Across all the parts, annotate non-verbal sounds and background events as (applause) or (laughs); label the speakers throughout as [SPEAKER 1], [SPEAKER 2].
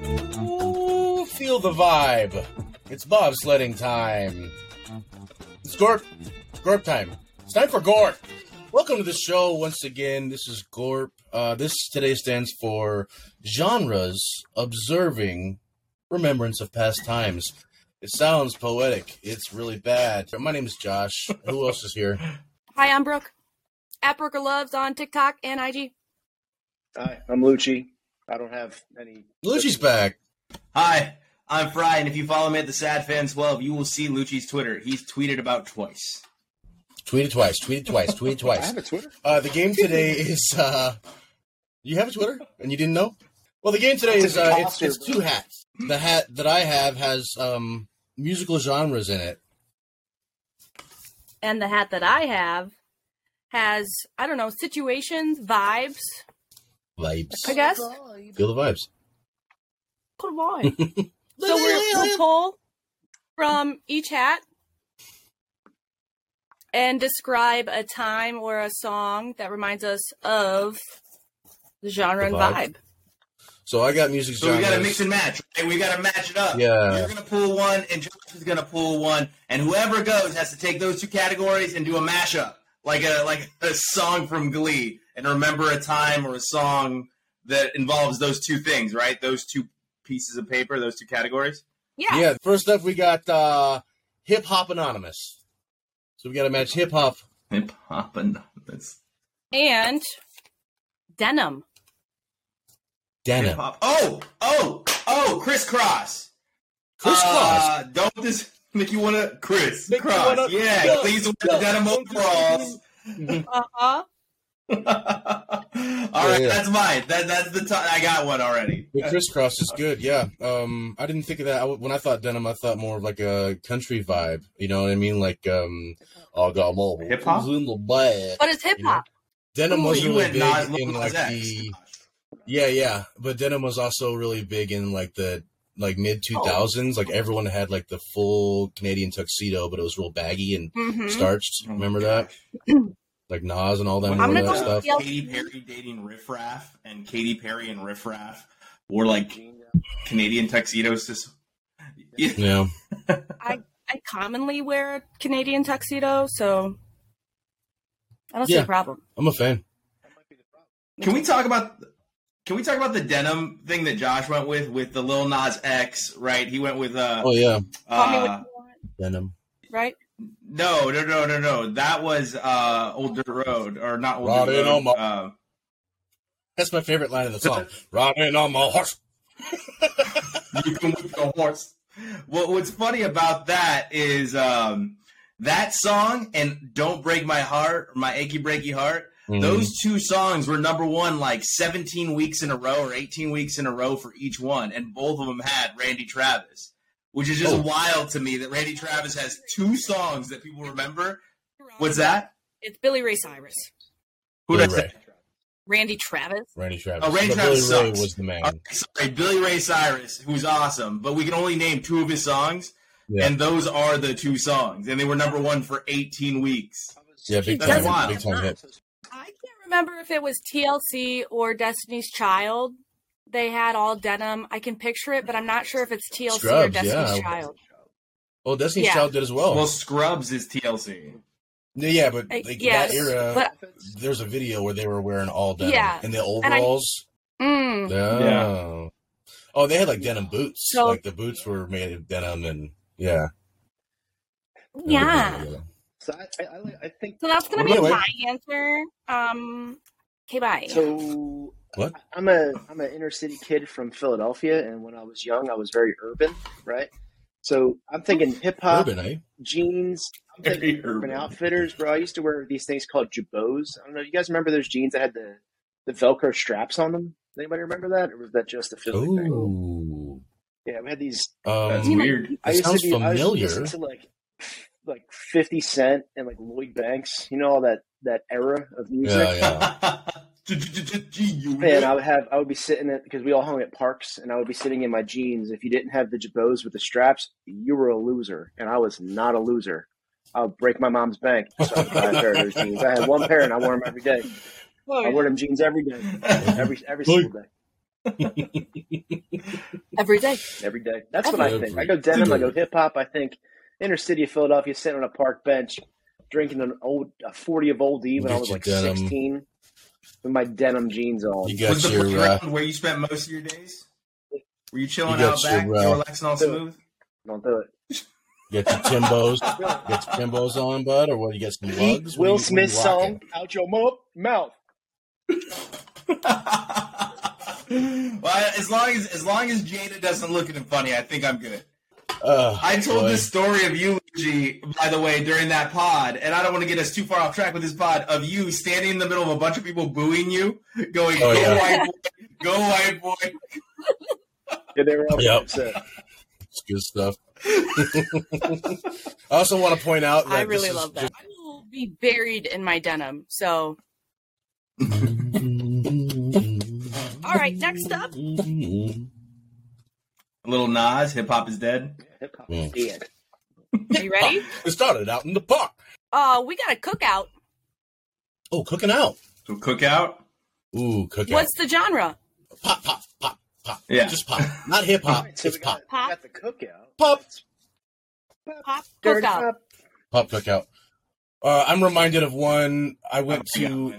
[SPEAKER 1] Ooh, feel the vibe. It's bobsledding time. It's Gorp. Gorp time. It's time for Gorp. Welcome to the show once again. This is Gorp. Uh, this today stands for Genres Observing Remembrance of Past Times. It sounds poetic. It's really bad. My name is Josh. Who else is here?
[SPEAKER 2] Hi, I'm Brooke. At Brooker Loves on TikTok and IG.
[SPEAKER 3] Hi, I'm Lucci. I don't have any.
[SPEAKER 1] Lucci's back.
[SPEAKER 4] Hi, I'm Fry, and if you follow me at the Sad Fan 12, you will see Lucci's Twitter. He's tweeted about twice.
[SPEAKER 1] Tweeted twice. Tweeted twice. Tweeted
[SPEAKER 3] (laughs) I
[SPEAKER 1] twice.
[SPEAKER 3] have a Twitter.
[SPEAKER 1] Uh, the game today is. Uh, you have a Twitter and you didn't know? Well, the game today
[SPEAKER 3] It's
[SPEAKER 1] is
[SPEAKER 3] a
[SPEAKER 1] uh, it's,
[SPEAKER 3] concert,
[SPEAKER 1] it's two
[SPEAKER 3] bro.
[SPEAKER 1] hats. The hat that I have has um, musical genres in it.
[SPEAKER 2] And the hat that I have has, I don't know, situations, vibes,
[SPEAKER 1] Vibes.
[SPEAKER 2] I guess.
[SPEAKER 1] Feel the vibes.
[SPEAKER 2] Good wine. so we're, we'll pull from each hat and describe a time or a song that reminds us of the genre
[SPEAKER 1] The
[SPEAKER 2] and
[SPEAKER 1] vibe.
[SPEAKER 2] vibe.
[SPEAKER 1] So I got music
[SPEAKER 4] So we
[SPEAKER 1] genres.
[SPEAKER 4] got to mix and match. Right? We got to match it up.
[SPEAKER 1] Yeah.
[SPEAKER 4] You're gonna pull one, and Josh is gonna pull one, and whoever goes has to take those two categories and do a mashup, like a like a song from Glee, and remember a time or a song that involves those two things, right? Those two pieces of paper, those two categories.
[SPEAKER 2] Yeah.
[SPEAKER 1] Yeah, first up we got uh, Hip Hop Anonymous. So we got to match hip hop.
[SPEAKER 4] Hip hop and that's
[SPEAKER 2] And denim.
[SPEAKER 4] hip
[SPEAKER 1] Denim.
[SPEAKER 4] hop. Oh, oh, oh, crisscross.
[SPEAKER 1] Crisscross.
[SPEAKER 4] Uh, don't this make you want to Chris
[SPEAKER 1] Make you
[SPEAKER 4] Cross?
[SPEAKER 1] wanna-
[SPEAKER 4] yeah,
[SPEAKER 1] Yeah,
[SPEAKER 4] please wear
[SPEAKER 1] yeah.
[SPEAKER 4] denim overalls.
[SPEAKER 2] Uh huh.
[SPEAKER 4] (laughs) All right,
[SPEAKER 1] yeah.
[SPEAKER 4] that's mine. That, that's the time I got one already.
[SPEAKER 1] The crisscross is good, yeah. Um, I didn't think of that. I, when I thought denim, I thought more of like a country vibe. You know what I mean? Like, um, I got mobile.
[SPEAKER 4] Hip hop?
[SPEAKER 2] But it's hip hop.
[SPEAKER 1] Denim was
[SPEAKER 4] you
[SPEAKER 1] really
[SPEAKER 4] went
[SPEAKER 1] big
[SPEAKER 4] Nas
[SPEAKER 1] in
[SPEAKER 4] Lil
[SPEAKER 1] like
[SPEAKER 4] Nas X.
[SPEAKER 1] the yeah, yeah. But denim was also really big in like the like mid
[SPEAKER 4] Oh.
[SPEAKER 1] two thousands. Like everyone had like the full Canadian tuxedo, but it was real baggy and
[SPEAKER 2] Mhm.
[SPEAKER 1] starched.
[SPEAKER 4] Oh my
[SPEAKER 1] Remember that? Like Nas and all them
[SPEAKER 2] I'm
[SPEAKER 1] wore
[SPEAKER 2] gonna
[SPEAKER 1] that
[SPEAKER 2] go
[SPEAKER 1] stuff.
[SPEAKER 2] with yellow.
[SPEAKER 4] Katy Perry dating Riff Raff, and Katy Perry and Riff Raff wore like Canadian tuxedos. To... s- Yeah.
[SPEAKER 1] Yeah.
[SPEAKER 2] I commonly wear a Canadian tuxedo, so I don't see
[SPEAKER 1] Yeah.
[SPEAKER 2] a problem.
[SPEAKER 1] I'm a fan.
[SPEAKER 4] Can we talk about? Can we talk about the denim thing that Josh went with with the Lil Nas X? Right, he went with uh,
[SPEAKER 1] Oh yeah,
[SPEAKER 2] Call me
[SPEAKER 4] uh,
[SPEAKER 2] what you want,
[SPEAKER 1] denim.
[SPEAKER 2] right?
[SPEAKER 4] No, no, no, no, no. That was uh Old Dirt Road, or not Old
[SPEAKER 1] Ride
[SPEAKER 4] Dirt
[SPEAKER 1] in
[SPEAKER 4] Road.
[SPEAKER 1] on my-
[SPEAKER 4] uh,
[SPEAKER 1] That's my favorite line of the song. Riding on my horse.
[SPEAKER 4] you can whip the horse. What What's funny about that is um that song and "Don't Break My Heart" or "My Achy Breaky Heart."
[SPEAKER 1] Mm-hmm.
[SPEAKER 4] Those two songs were number one like 17 weeks in a row or 18 weeks in a row for each one, and both of them had Randy Travis, which is just
[SPEAKER 1] Oh.
[SPEAKER 4] wild to me that Randy Travis has two songs that people remember. What's that?
[SPEAKER 2] It's Billy Ray Cyrus,
[SPEAKER 4] Who
[SPEAKER 1] Billy
[SPEAKER 4] did I
[SPEAKER 1] Ray.
[SPEAKER 4] say?
[SPEAKER 2] Randy Travis.
[SPEAKER 1] Randy Travis.
[SPEAKER 4] Oh, Randy
[SPEAKER 1] But
[SPEAKER 4] Travis
[SPEAKER 1] Billy Ray
[SPEAKER 4] sucks.
[SPEAKER 1] was the man.
[SPEAKER 2] Uh,
[SPEAKER 4] All right, Sorry, Billy Ray Cyrus, who's awesome, but we can only name two of his songs,
[SPEAKER 1] Yeah.
[SPEAKER 4] and those are the two songs, and they were number one for 18 weeks.
[SPEAKER 1] yeah, big
[SPEAKER 2] That's
[SPEAKER 1] time,
[SPEAKER 4] wild.
[SPEAKER 1] hit, big time hit.
[SPEAKER 2] I can't remember if it was TLC or Destiny's Child. They had all denim. I can picture it, but I'm not sure if it's TLC or
[SPEAKER 1] Scrubs,
[SPEAKER 2] Destiny's
[SPEAKER 1] yeah.
[SPEAKER 2] Child.
[SPEAKER 1] Oh, Destiny's
[SPEAKER 2] Yeah.
[SPEAKER 1] Child did as well.
[SPEAKER 4] Well, Scrubs is TLC.
[SPEAKER 1] yeah, but
[SPEAKER 2] I-
[SPEAKER 1] like
[SPEAKER 2] yes,
[SPEAKER 1] that era,
[SPEAKER 2] but
[SPEAKER 1] there's a video where they were wearing all denim
[SPEAKER 2] Yeah.
[SPEAKER 1] and the
[SPEAKER 2] And I-
[SPEAKER 1] overalls.
[SPEAKER 2] mm,
[SPEAKER 1] yeah. Oh, they had like denim boots.
[SPEAKER 2] So-
[SPEAKER 1] like the boots were made of denim, and yeah.
[SPEAKER 2] yeah.
[SPEAKER 3] So I, I, I- I think
[SPEAKER 2] So that's gonna
[SPEAKER 1] What
[SPEAKER 2] be
[SPEAKER 1] about
[SPEAKER 2] my answer. Um, okay, bye.
[SPEAKER 3] so.
[SPEAKER 1] What?
[SPEAKER 3] I- I'm a I'm an inner city kid from Philadelphia, and when I was young, I was very urban, right? So I'm thinking hip hop
[SPEAKER 1] Urban, eh?
[SPEAKER 3] jeans. I'm thinking
[SPEAKER 4] Very
[SPEAKER 3] Urban
[SPEAKER 4] urban.
[SPEAKER 3] Outfitters, bro. I used to wear these things called Jabos. I don't know. You guys remember those jeans that had the the Velcro straps on them? Anybody remember that, or was that just a Philly thing?
[SPEAKER 1] Ooh.
[SPEAKER 3] Yeah, we had these
[SPEAKER 4] That's
[SPEAKER 1] Um,
[SPEAKER 2] You know-
[SPEAKER 4] (laughs) weird.
[SPEAKER 3] I
[SPEAKER 1] It sounds
[SPEAKER 3] used to be, I used to
[SPEAKER 1] familiar.
[SPEAKER 3] listen to like like Fifty Cent and like Lloyd Banks, you know all that that era of
[SPEAKER 1] yeah,
[SPEAKER 3] music.
[SPEAKER 1] (laughs) yeah.
[SPEAKER 3] And I
[SPEAKER 4] G-G-G-G-Unit.
[SPEAKER 3] would have I would be sitting at because we all hung at parks, and I would be sitting in my jeans. If you didn't have the jabos with the straps, you were a loser, and I was not a loser. I'll break my mom's bank. So I buy a pair of those jeans. I had one pair and I wore them every day.
[SPEAKER 4] Oh,
[SPEAKER 3] I wore them jeans
[SPEAKER 1] (laughs)
[SPEAKER 3] every day, every every single day,
[SPEAKER 2] every day.
[SPEAKER 3] every day. That's what I think. I go denim. I go hip hop. I think inner city of Philadelphia, sitting on a park bench, drinking an old a forty of Old E when
[SPEAKER 1] Get
[SPEAKER 3] I was
[SPEAKER 1] your
[SPEAKER 3] like
[SPEAKER 1] denim.
[SPEAKER 3] sixteen, with my denim jeans on.
[SPEAKER 1] You
[SPEAKER 4] Was
[SPEAKER 1] got
[SPEAKER 4] the
[SPEAKER 1] your uh,
[SPEAKER 4] playground where you spent most of your days? Were you chilling
[SPEAKER 1] You
[SPEAKER 4] out
[SPEAKER 1] got
[SPEAKER 4] back,
[SPEAKER 1] your, uh,
[SPEAKER 4] relaxing all smooth? (laughs)
[SPEAKER 3] Don't do it.
[SPEAKER 1] you got your Timbos, you got your Timbos on, bud, or what? You got some lugs? What are you-
[SPEAKER 3] Will
[SPEAKER 1] what are you
[SPEAKER 3] Smith song
[SPEAKER 1] rocking?
[SPEAKER 3] out your mouth. Mouth.
[SPEAKER 4] well, as long as as long as Jada doesn't look at him funny, I think I'm good.
[SPEAKER 1] Uh,
[SPEAKER 4] I told
[SPEAKER 1] boy.
[SPEAKER 4] this story of you, Luigi, by the way, during that pod, and I don't want to get us too far off track with this pod, of you standing in the middle of a bunch of people booing you, going,
[SPEAKER 1] Oh,
[SPEAKER 4] go
[SPEAKER 1] yeah.
[SPEAKER 4] white boy, go white boy.
[SPEAKER 3] Yeah, they were all
[SPEAKER 1] Yep.
[SPEAKER 3] upset.
[SPEAKER 1] It's good stuff. (laughs) I also want to point out that
[SPEAKER 2] I
[SPEAKER 1] this
[SPEAKER 2] really
[SPEAKER 1] is
[SPEAKER 2] love that. I will be buried in my denim. So,
[SPEAKER 1] just- (laughs)
[SPEAKER 2] all right, next up.
[SPEAKER 4] Little Nas, hip hop is dead.
[SPEAKER 3] Hip hop
[SPEAKER 1] Mm.
[SPEAKER 3] is dead.
[SPEAKER 2] Are you ready?
[SPEAKER 1] It started out in the park.
[SPEAKER 2] Uh, we got a cookout.
[SPEAKER 1] Oh, cooking out.
[SPEAKER 4] So cookout.
[SPEAKER 1] Ooh, cooking
[SPEAKER 2] What's the genre?
[SPEAKER 1] out. Pop, pop, pop, pop.
[SPEAKER 4] Yeah.
[SPEAKER 1] Just pop. Not hip hop.
[SPEAKER 3] Alright, so
[SPEAKER 1] It's
[SPEAKER 3] we got,
[SPEAKER 1] pop.
[SPEAKER 3] we
[SPEAKER 2] Pop.
[SPEAKER 3] got the cookout.
[SPEAKER 1] Pop.
[SPEAKER 2] Pop
[SPEAKER 3] Dirty
[SPEAKER 2] cookout.
[SPEAKER 3] pop.
[SPEAKER 1] Pop cookout. Uh, I'm reminded of one. I went to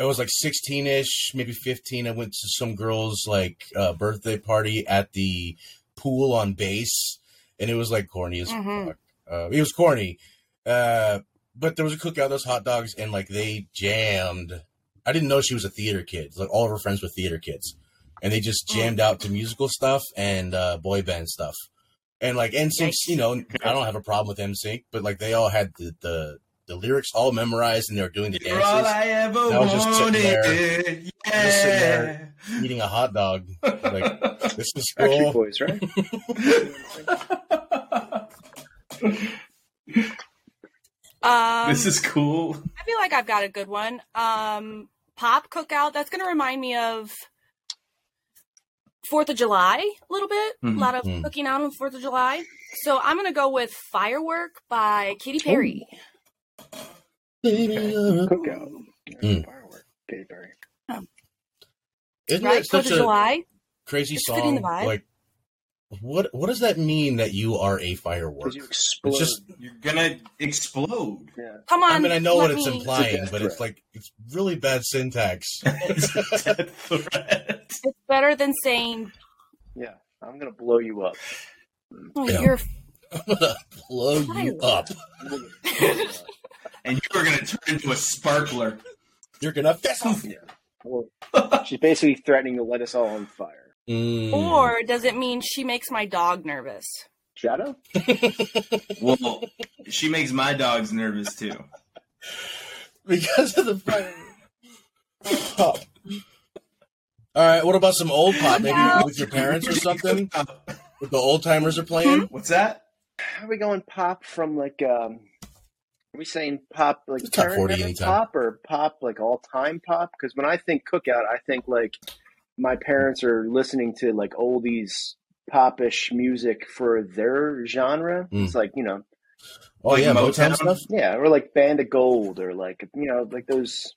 [SPEAKER 1] I was like 16 ish, maybe 15. I went to some girl's like uh, birthday party at the pool on base, and it was like corny as
[SPEAKER 2] Mhm.
[SPEAKER 1] fuck. Uh, it was corny, uh, but there was a cookout, those hot dogs, and like they jammed. I didn't know she was a theater kid. Like all of her friends were theater kids, and they just
[SPEAKER 2] Mm.
[SPEAKER 1] jammed out to musical stuff and uh, boy band stuff, and like NSYNC.
[SPEAKER 2] Nice.
[SPEAKER 1] You know,
[SPEAKER 2] (laughs)
[SPEAKER 1] I don't have a problem with NSYNC, but like they all had the the, the lyrics all memorized and they were doing the
[SPEAKER 4] You're
[SPEAKER 1] dances
[SPEAKER 4] all I ever
[SPEAKER 1] I was just sitting
[SPEAKER 4] wanted.
[SPEAKER 1] there.
[SPEAKER 4] Yeah.
[SPEAKER 1] just sitting there. eating a hot dog.
[SPEAKER 2] (laughs)
[SPEAKER 1] Like this is
[SPEAKER 3] Actually, (laughs)
[SPEAKER 1] cool. (laughs)
[SPEAKER 3] boys, right?
[SPEAKER 2] Um,
[SPEAKER 4] (laughs) this is cool.
[SPEAKER 2] I feel like I've got a good one. Um, pop cookout. That's going to remind me of Fourth of July a little bit.
[SPEAKER 4] Mhm.
[SPEAKER 2] A lot of
[SPEAKER 1] Mhm.
[SPEAKER 2] cooking out on Fourth of July. So I'm going to go with Firework by Katy
[SPEAKER 1] Oh,
[SPEAKER 2] Perry.
[SPEAKER 3] Cookout.
[SPEAKER 1] Mm.
[SPEAKER 3] Firework. Katy Perry.
[SPEAKER 1] Isn't
[SPEAKER 2] right,
[SPEAKER 1] that
[SPEAKER 2] Fourth
[SPEAKER 1] such
[SPEAKER 2] of
[SPEAKER 1] a
[SPEAKER 2] July.
[SPEAKER 1] crazy
[SPEAKER 2] It's fitting
[SPEAKER 1] song?
[SPEAKER 2] the vibe.
[SPEAKER 1] Like, what what does that mean that you are a firework?
[SPEAKER 3] Because you explode.
[SPEAKER 1] just-
[SPEAKER 4] You're gonna
[SPEAKER 1] (laughs)
[SPEAKER 4] explode.
[SPEAKER 3] yeah.
[SPEAKER 2] Come on.
[SPEAKER 1] I mean, I know what
[SPEAKER 2] let
[SPEAKER 1] it's
[SPEAKER 2] me-
[SPEAKER 1] implying,
[SPEAKER 3] It's a
[SPEAKER 1] but it's
[SPEAKER 3] death
[SPEAKER 1] like it's really bad syntax. (laughs)
[SPEAKER 4] It's a death threat.
[SPEAKER 2] It's better than saying
[SPEAKER 3] Yeah. I'm going to blow
[SPEAKER 1] (laughs)
[SPEAKER 3] you up.
[SPEAKER 2] oh,
[SPEAKER 1] Yeah.
[SPEAKER 2] you're
[SPEAKER 1] I'm gonna blow you
[SPEAKER 2] Firework.
[SPEAKER 1] up.
[SPEAKER 3] I'm gonna blow you up.
[SPEAKER 4] And you are gonna turn into a sparkler.
[SPEAKER 1] You're gonna fess off.
[SPEAKER 3] yeah. Well, she's basically threatening to light us all on fire.
[SPEAKER 1] Mm.
[SPEAKER 2] or does it mean she makes my dog nervous?
[SPEAKER 3] Shadow?
[SPEAKER 4] Well, she makes my dogs nervous too.
[SPEAKER 1] because of the fire. Pop. All right. What about some old pop? Maybe
[SPEAKER 2] No.
[SPEAKER 1] with your parents or something. (laughs) With the old timers are
[SPEAKER 2] Hmm?
[SPEAKER 1] playing.
[SPEAKER 4] What's that?
[SPEAKER 3] How are we going pop from like, um, are we saying pop like
[SPEAKER 1] Just top
[SPEAKER 3] current
[SPEAKER 1] 40
[SPEAKER 3] era
[SPEAKER 1] anytime.
[SPEAKER 3] pop or pop like all time pop? Because when I think cookout, I think like my parents are listening to like oldies popish music for their genre.
[SPEAKER 1] Mm.
[SPEAKER 3] It's like, you know,
[SPEAKER 1] Oh yeah,
[SPEAKER 4] Motown.
[SPEAKER 1] Motown stuff.
[SPEAKER 3] Yeah, or like Band of Gold, or like you know, like those.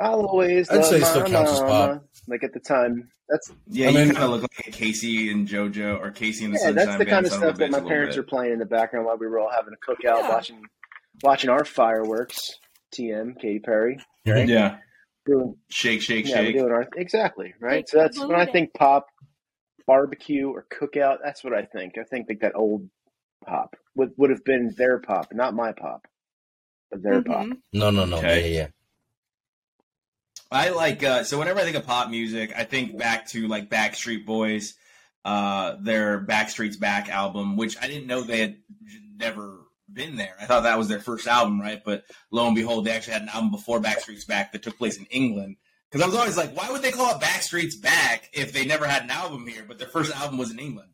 [SPEAKER 3] I'll always
[SPEAKER 1] I'd
[SPEAKER 3] love
[SPEAKER 1] say it
[SPEAKER 3] my
[SPEAKER 1] still counts as pop.
[SPEAKER 3] mama. Like at the time, that's
[SPEAKER 4] Yeah,
[SPEAKER 1] I
[SPEAKER 4] you
[SPEAKER 1] mean-
[SPEAKER 4] kind of look like a Casey and JoJo or Casey and the
[SPEAKER 3] yeah,
[SPEAKER 4] Sunshine
[SPEAKER 3] that's the
[SPEAKER 4] Band
[SPEAKER 3] kind of
[SPEAKER 4] son
[SPEAKER 3] stuff
[SPEAKER 4] a
[SPEAKER 3] that
[SPEAKER 4] bitch
[SPEAKER 3] my
[SPEAKER 4] a little
[SPEAKER 3] parents
[SPEAKER 4] bit.
[SPEAKER 3] are playing in the background while we were all having a cookout,
[SPEAKER 2] Yeah.
[SPEAKER 3] watching watching our fireworks. TM, Katy Perry,
[SPEAKER 1] Right?
[SPEAKER 4] Yeah,
[SPEAKER 3] doing
[SPEAKER 4] shake, shake,
[SPEAKER 3] yeah, we're
[SPEAKER 4] shake.
[SPEAKER 3] doing our exactly right.
[SPEAKER 2] Like
[SPEAKER 3] So that's
[SPEAKER 2] blue
[SPEAKER 3] when I
[SPEAKER 2] day.
[SPEAKER 3] think pop, barbecue, or cookout. That's what I think. I think like that old pop would would have been their pop, not my pop, but their pop.
[SPEAKER 2] Mhm.
[SPEAKER 1] No, no, no.
[SPEAKER 4] Okay.
[SPEAKER 1] Yeah, yeah.
[SPEAKER 4] I like uh, so whenever I think of pop music, I think back to like Backstreet Boys, uh, their Backstreet's Back album, which I didn't know they had never been there. I thought that was their first album, right? But lo and behold, they actually had an album before Backstreet's Back that took place in England. Because I was always like, why would they call it Backstreet's Back if they never had an album here? But their first album was in England.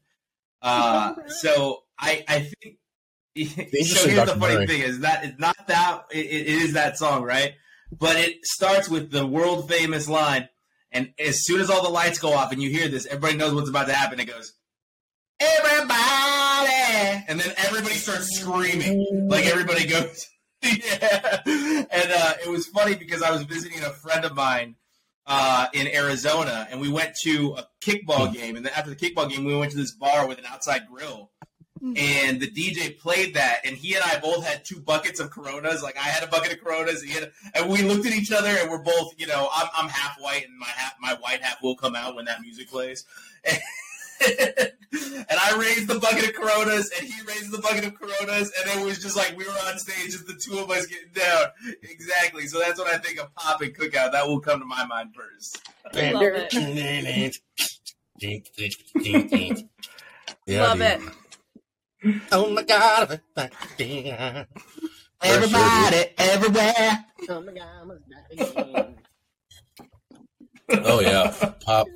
[SPEAKER 4] Uh, so I I think. (laughs) So
[SPEAKER 1] interesting
[SPEAKER 4] here's the
[SPEAKER 1] documentary.
[SPEAKER 4] funny thing is that it's not that it- it is that song right but it starts with the world famous line. And as soon as all the lights go off and you hear this, everybody knows what's about to happen. It goes, everybody, and then everybody starts screaming. Like everybody goes, (laughs) yeah. And uh, it was funny because I was visiting a friend of mine uh, in Arizona, and we went to a kickball game. And then after the kickball game, we went to this bar with an outside grill. And the DJ played that, and he and I both had two buckets of Coronas. Like I had a bucket of Coronas, he had, and we looked at each other, and we're both, you know, I'm, I'm half white, and my half, my white half will come out when that music plays. And- (laughs) and I raised the bucket of Coronas, and he raised the bucket of Coronas, and it was just like we were on stage, just the two of us getting down. Exactly. So that's what I think of pop and cookout. That will come to my mind first.
[SPEAKER 2] I love it.
[SPEAKER 1] (laughs) Yeah,
[SPEAKER 2] love
[SPEAKER 1] dude.
[SPEAKER 2] it.
[SPEAKER 1] Oh my god. Everybody,
[SPEAKER 4] everywhere.
[SPEAKER 1] Oh yeah, pop.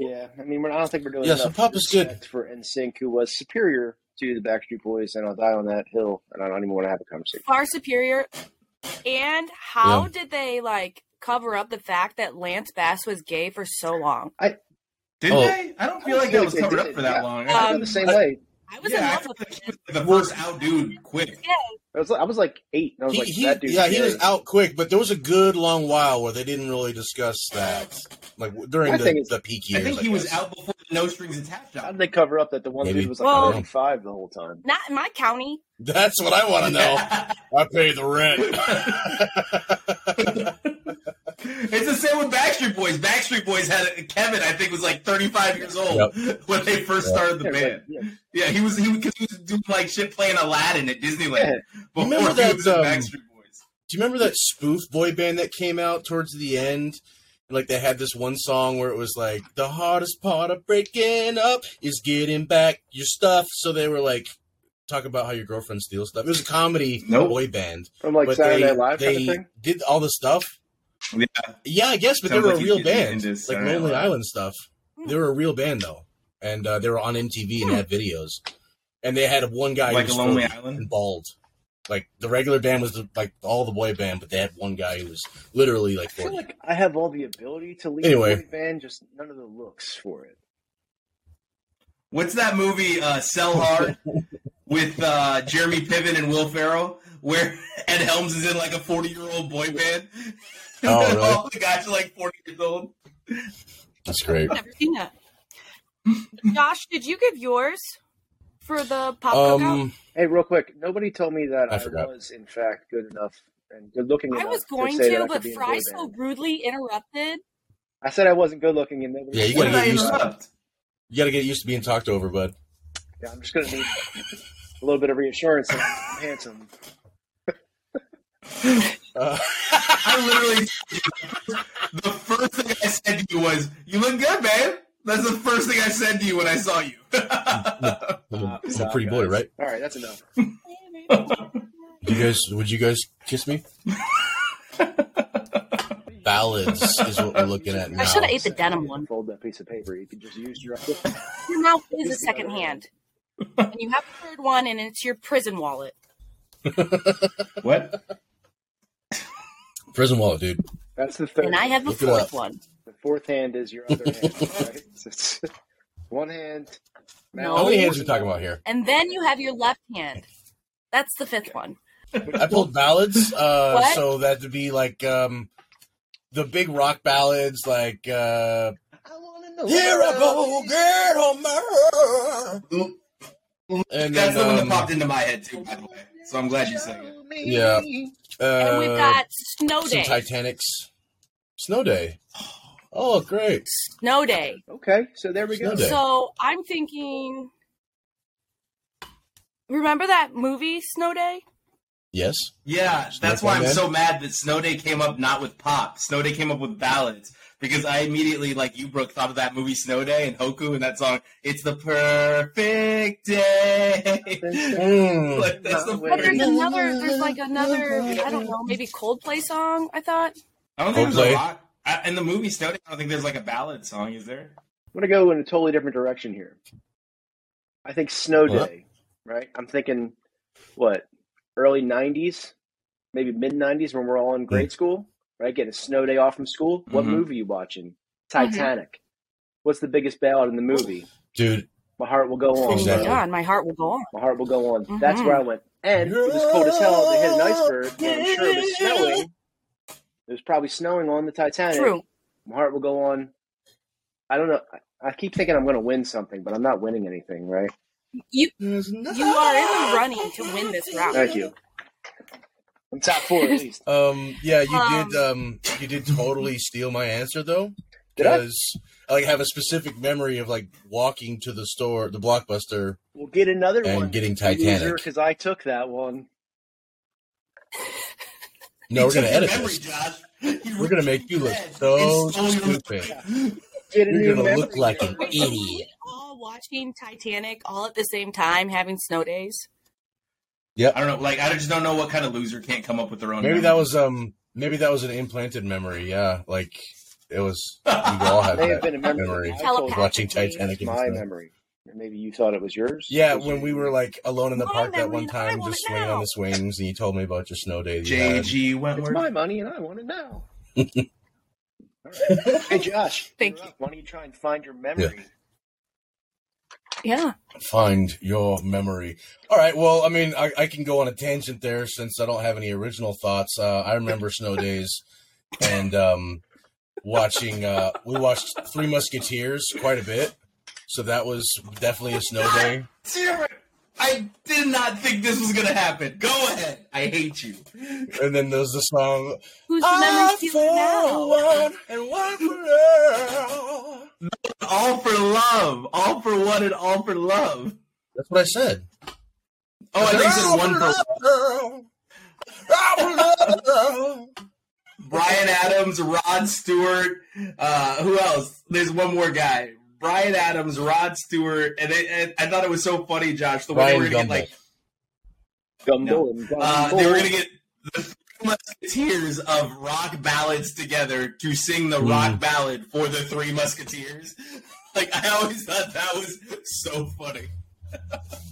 [SPEAKER 3] Yeah, I mean, we're, I don't think we're doing
[SPEAKER 1] Yeah, so
[SPEAKER 3] enough
[SPEAKER 1] Pop is good.
[SPEAKER 3] respect for NSYNC, who was superior to the Backstreet Boys, and I'll die on that hill, and I don't even want to have a conversation.
[SPEAKER 2] Far superior. And how
[SPEAKER 1] Yeah.
[SPEAKER 2] did they like cover up the fact that Lance Bass was gay for so long?
[SPEAKER 4] Did
[SPEAKER 1] Oh.
[SPEAKER 4] they? I don't feel like that was covered up for that
[SPEAKER 3] Yeah.
[SPEAKER 4] long.
[SPEAKER 3] I feel
[SPEAKER 2] Um,
[SPEAKER 3] the same way.
[SPEAKER 2] I was in
[SPEAKER 4] yeah, I
[SPEAKER 2] love
[SPEAKER 4] feel
[SPEAKER 2] with
[SPEAKER 4] like
[SPEAKER 2] him.
[SPEAKER 4] he was the first out dude quick.
[SPEAKER 3] I was, I was like eight, and I was
[SPEAKER 1] He,
[SPEAKER 3] like,
[SPEAKER 1] he-
[SPEAKER 3] that dude.
[SPEAKER 1] yeah, he was out quick, but there was a good long while where they didn't really discuss that, like during
[SPEAKER 3] My
[SPEAKER 1] the,
[SPEAKER 3] thing is-
[SPEAKER 1] the peak
[SPEAKER 4] I
[SPEAKER 1] years.
[SPEAKER 4] think he was
[SPEAKER 1] guess.
[SPEAKER 4] out before the no strings attached
[SPEAKER 3] How
[SPEAKER 4] album.
[SPEAKER 3] did they cover up that the one
[SPEAKER 1] Maybe.
[SPEAKER 3] dude was like
[SPEAKER 2] Well-
[SPEAKER 3] 35 the whole time?
[SPEAKER 2] Not in my county.
[SPEAKER 1] That's what I want to know.
[SPEAKER 4] (laughs)
[SPEAKER 1] I pay the rent. (laughs)
[SPEAKER 4] it's the same with Backstreet Boys. Backstreet Boys had Kevin, I think, was like 35 years old when they first
[SPEAKER 1] Yep.
[SPEAKER 4] started the
[SPEAKER 3] Yeah,
[SPEAKER 4] band.
[SPEAKER 3] but- yeah.
[SPEAKER 4] Yeah, he was he because he was doing like shit playing Aladdin at Disneyland before
[SPEAKER 1] Remember
[SPEAKER 4] he
[SPEAKER 1] that,
[SPEAKER 4] was in
[SPEAKER 1] um,
[SPEAKER 4] Backstreet Boys.
[SPEAKER 1] Do you remember that spoof boy band that came out towards the end? Like they had this one song where it was like the hardest part of breaking up is getting back your stuff. So they were like talk about how your girlfriend steals stuff. It was a comedy
[SPEAKER 4] Nope.
[SPEAKER 1] boy band,
[SPEAKER 3] From like
[SPEAKER 1] but
[SPEAKER 3] Saturday
[SPEAKER 1] they
[SPEAKER 3] Night Live
[SPEAKER 1] they
[SPEAKER 3] kind of thing?
[SPEAKER 1] did all the stuff.
[SPEAKER 4] Yeah.
[SPEAKER 1] Yeah, I guess, but
[SPEAKER 4] Sounds
[SPEAKER 1] they were
[SPEAKER 4] like
[SPEAKER 1] a
[SPEAKER 4] he's
[SPEAKER 1] real
[SPEAKER 4] getting
[SPEAKER 1] band,
[SPEAKER 4] into
[SPEAKER 1] like
[SPEAKER 4] Saturday Night
[SPEAKER 1] Lonely
[SPEAKER 4] Live.
[SPEAKER 1] Island stuff. They were a real band though, and uh, they were on MTV
[SPEAKER 3] Hmm.
[SPEAKER 1] and had videos. And they had one guy who
[SPEAKER 4] Like
[SPEAKER 1] was
[SPEAKER 4] a Lonely
[SPEAKER 1] 40
[SPEAKER 4] Island?
[SPEAKER 1] and bald. Like the regular band was the, like all the boy band, but they had one guy who was literally like
[SPEAKER 3] I feel
[SPEAKER 1] forty.
[SPEAKER 3] like I have all the ability to lead
[SPEAKER 1] Anyway.
[SPEAKER 3] a boy band, just none of the looks for it.
[SPEAKER 4] What's that movie uh, Sell
[SPEAKER 1] (laughs)
[SPEAKER 4] Hard with uh, Jeremy Piven and Will Ferrell where (laughs) Ed Helms is in like a 40 year old boy band?
[SPEAKER 1] Oh, really?
[SPEAKER 4] (laughs) All the guys are like 40 years old.
[SPEAKER 1] That's great.
[SPEAKER 2] Never seen that. Josh, did you give yours for the pop cookout?
[SPEAKER 1] Um,
[SPEAKER 3] Hey, real quick, nobody told me that
[SPEAKER 1] I
[SPEAKER 3] I,
[SPEAKER 1] forgot.
[SPEAKER 3] was in fact good enough and good looking enough.
[SPEAKER 2] I was going
[SPEAKER 3] to, say that
[SPEAKER 2] to,
[SPEAKER 3] I could
[SPEAKER 2] but
[SPEAKER 3] be in a boy
[SPEAKER 2] Fry so
[SPEAKER 3] band.
[SPEAKER 2] rudely
[SPEAKER 1] (laughs)
[SPEAKER 2] interrupted.
[SPEAKER 3] I said I wasn't good looking, and nobody.
[SPEAKER 1] Yeah, you
[SPEAKER 4] What
[SPEAKER 1] gotta
[SPEAKER 4] did I
[SPEAKER 1] get used to.
[SPEAKER 4] interrupt?
[SPEAKER 1] you got to get used to being talked over, bud.
[SPEAKER 3] Yeah, I'm just gonna need a little bit of reassurance. That I'm (laughs) handsome.
[SPEAKER 1] Uh,
[SPEAKER 4] I literally, the first thing I said to you was, "You look good, babe." That's the first thing I said to you when I
[SPEAKER 1] (laughs)
[SPEAKER 4] saw you.
[SPEAKER 1] I'm a, I'm a
[SPEAKER 3] Stop,
[SPEAKER 1] pretty boy,
[SPEAKER 3] guys.
[SPEAKER 1] right?
[SPEAKER 3] All right, that's enough.
[SPEAKER 1] You guys, would you guys kiss
[SPEAKER 3] (laughs)
[SPEAKER 1] me? Ballads is what we're looking at now.
[SPEAKER 2] I should have ate the denim one.
[SPEAKER 3] Fold that piece of paper. You could just use your.
[SPEAKER 2] Your mouth is a second hand. And you have a third one, and it's your prison wallet.
[SPEAKER 4] what?
[SPEAKER 1] Prison wallet, dude.
[SPEAKER 3] That's the third.
[SPEAKER 2] And I have a
[SPEAKER 1] Look it up.
[SPEAKER 2] fourth one.
[SPEAKER 3] The fourth hand is your
[SPEAKER 2] (laughs)
[SPEAKER 3] other hand. Right? So it's (laughs) one hand.
[SPEAKER 2] No.
[SPEAKER 3] Oh.
[SPEAKER 1] How many hands are we talking about here?
[SPEAKER 2] And then you have your left hand. That's the fifth one.
[SPEAKER 1] I pulled ballads, uh,
[SPEAKER 2] What?
[SPEAKER 1] so that'd be like um, the big rock ballads, like uh,
[SPEAKER 3] I want to know.
[SPEAKER 1] "Here I go, girl, man." And
[SPEAKER 4] That's
[SPEAKER 1] then,
[SPEAKER 4] the one
[SPEAKER 1] um,
[SPEAKER 4] that popped into my head too, by the way. So I'm glad you sang it.
[SPEAKER 1] Yeah. uh,
[SPEAKER 2] And we've got Snow
[SPEAKER 1] some
[SPEAKER 2] Day.
[SPEAKER 1] Titanics, Snow
[SPEAKER 3] (sighs)
[SPEAKER 1] Day. Oh, great!
[SPEAKER 2] Snow Day.
[SPEAKER 3] Okay, so there we go.
[SPEAKER 1] Snow Day.
[SPEAKER 2] So I'm thinking. Remember that movie, Snow Day?
[SPEAKER 1] Yes,
[SPEAKER 4] Yeah, that's
[SPEAKER 1] Snow
[SPEAKER 4] why
[SPEAKER 1] Day,
[SPEAKER 4] I'm
[SPEAKER 1] man.
[SPEAKER 4] so mad that Snow Day came up not with pop. Snow Day came up with ballads because I immediately, like you, Brooke, thought of that movie Snow Day and Hoku and that song. It's the perfect day.
[SPEAKER 1] (laughs) Mm.
[SPEAKER 4] like, that's the
[SPEAKER 2] But there's
[SPEAKER 3] Right.
[SPEAKER 2] another. There's like another. I don't know. Maybe Coldplay song. I thought.
[SPEAKER 4] I don't think there's
[SPEAKER 1] Coldplay.
[SPEAKER 4] a rock. I, in the movie Snow Day, I don't think there's like a ballad song, is there?
[SPEAKER 3] I'm gonna go in a totally different direction here. I think Snow Day,
[SPEAKER 1] What?
[SPEAKER 3] right? I'm thinking what early '90s, maybe mid '90s when we're all in
[SPEAKER 1] Hmm.
[SPEAKER 3] grade school, right? Getting a snow day off from school.
[SPEAKER 1] Mm-hmm.
[SPEAKER 3] What
[SPEAKER 4] Mhm.
[SPEAKER 2] Mm-hmm.
[SPEAKER 3] movie you watching? Titanic. What's the biggest ballad in the movie?
[SPEAKER 1] dude.
[SPEAKER 3] My heart will go on.
[SPEAKER 1] Exactly.
[SPEAKER 2] God, Oh my heart will go on.
[SPEAKER 3] My heart will go on. That's
[SPEAKER 2] Mhm.
[SPEAKER 3] where I went. And it was cold as hell. They hit an iceberg. And I'm sure it was snowing. It was probably snowing on the Titanic.
[SPEAKER 2] True.
[SPEAKER 3] My heart will go on. I don't know. I I keep thinking I'm going to win something, but I'm not winning anything, right?
[SPEAKER 2] You you are in the running to win this round.
[SPEAKER 3] Thank you. I'm top four at least.
[SPEAKER 1] (laughs) Um, yeah, you
[SPEAKER 2] Um,
[SPEAKER 1] did. Um, you did totally steal my answer though,
[SPEAKER 3] Did I?
[SPEAKER 1] because I like have a specific memory of like walking to the store, the blockbuster,
[SPEAKER 3] We'll get another one.
[SPEAKER 1] and getting Titanic.
[SPEAKER 3] because I took that one.
[SPEAKER 1] No, we're
[SPEAKER 4] You
[SPEAKER 1] gonna
[SPEAKER 4] took your
[SPEAKER 1] edit
[SPEAKER 4] memory,
[SPEAKER 1] this.
[SPEAKER 4] Josh. You
[SPEAKER 1] We're gonna make you look
[SPEAKER 4] read
[SPEAKER 1] so
[SPEAKER 4] and stole your
[SPEAKER 1] stupid.
[SPEAKER 4] memory.
[SPEAKER 3] Get a
[SPEAKER 1] You're
[SPEAKER 3] new
[SPEAKER 1] gonna
[SPEAKER 3] memory
[SPEAKER 1] look like
[SPEAKER 3] here.
[SPEAKER 1] an
[SPEAKER 2] Wait, are we
[SPEAKER 1] idiot.
[SPEAKER 2] all watching Titanic all at the same time, having snow days?
[SPEAKER 4] I don't know. Like I just don't know what kind of loser can't come up with their own.
[SPEAKER 1] Maybe
[SPEAKER 4] memory.
[SPEAKER 1] that
[SPEAKER 4] (laughs)
[SPEAKER 1] was um, maybe that was an implanted memory. Yeah, like it was. We
[SPEAKER 4] (laughs)
[SPEAKER 1] all have
[SPEAKER 3] May
[SPEAKER 1] that
[SPEAKER 3] have been a memory.
[SPEAKER 1] memory.
[SPEAKER 3] I told you
[SPEAKER 1] Watching Titanic.
[SPEAKER 3] it's my memory. Maybe you thought it was yours.
[SPEAKER 1] Yeah,
[SPEAKER 3] Was
[SPEAKER 1] when
[SPEAKER 3] it-
[SPEAKER 1] we were like alone in the
[SPEAKER 2] My
[SPEAKER 1] park that
[SPEAKER 2] memory,
[SPEAKER 1] one
[SPEAKER 2] and I
[SPEAKER 1] time,
[SPEAKER 2] want
[SPEAKER 1] just
[SPEAKER 2] it
[SPEAKER 1] swinging
[SPEAKER 2] now.
[SPEAKER 1] on the swings, and you told me about your snow day. that you had.
[SPEAKER 4] JG
[SPEAKER 3] It's
[SPEAKER 4] Wentworth.
[SPEAKER 3] my money, and I want it now. All right. (laughs) Hey, Josh.
[SPEAKER 2] Thank
[SPEAKER 3] you're up. Why don't you try and find your memory?
[SPEAKER 2] Yeah.
[SPEAKER 1] Find your memory. All right. Well, I mean, I, I can go on a tangent there since I don't have any original thoughts. Uh, I remember snow days and um, watching. Uh, we watched Three Musketeers quite a bit, so that was definitely a snow day.
[SPEAKER 4] Damn it. I did not think this was gonna happen. Go ahead. I hate you.
[SPEAKER 1] And then there's the song.
[SPEAKER 2] Who's the memory
[SPEAKER 1] "I
[SPEAKER 2] stealing
[SPEAKER 1] for
[SPEAKER 2] now?
[SPEAKER 1] one and one for all."
[SPEAKER 4] All for love. All for one and all for love.
[SPEAKER 1] That's what I said.
[SPEAKER 4] Oh, I think it's
[SPEAKER 1] Girl,
[SPEAKER 4] one for
[SPEAKER 1] girl, girl, girl.
[SPEAKER 4] Brian Adams, Rod Stewart. Uh, who else? There's one more guy. Brian Adams, Rod Stewart, and, they, and I thought it was so funny, Josh. The way they
[SPEAKER 1] Brian
[SPEAKER 4] were gonna
[SPEAKER 1] Gumbel.
[SPEAKER 4] get like
[SPEAKER 3] Gumbo and Gumbo.
[SPEAKER 4] Uh, they were gonna get the Three Musketeers of rock ballads together to sing the rock ballad for the Three Musketeers. (laughs) Like I always thought that was so funny. (laughs)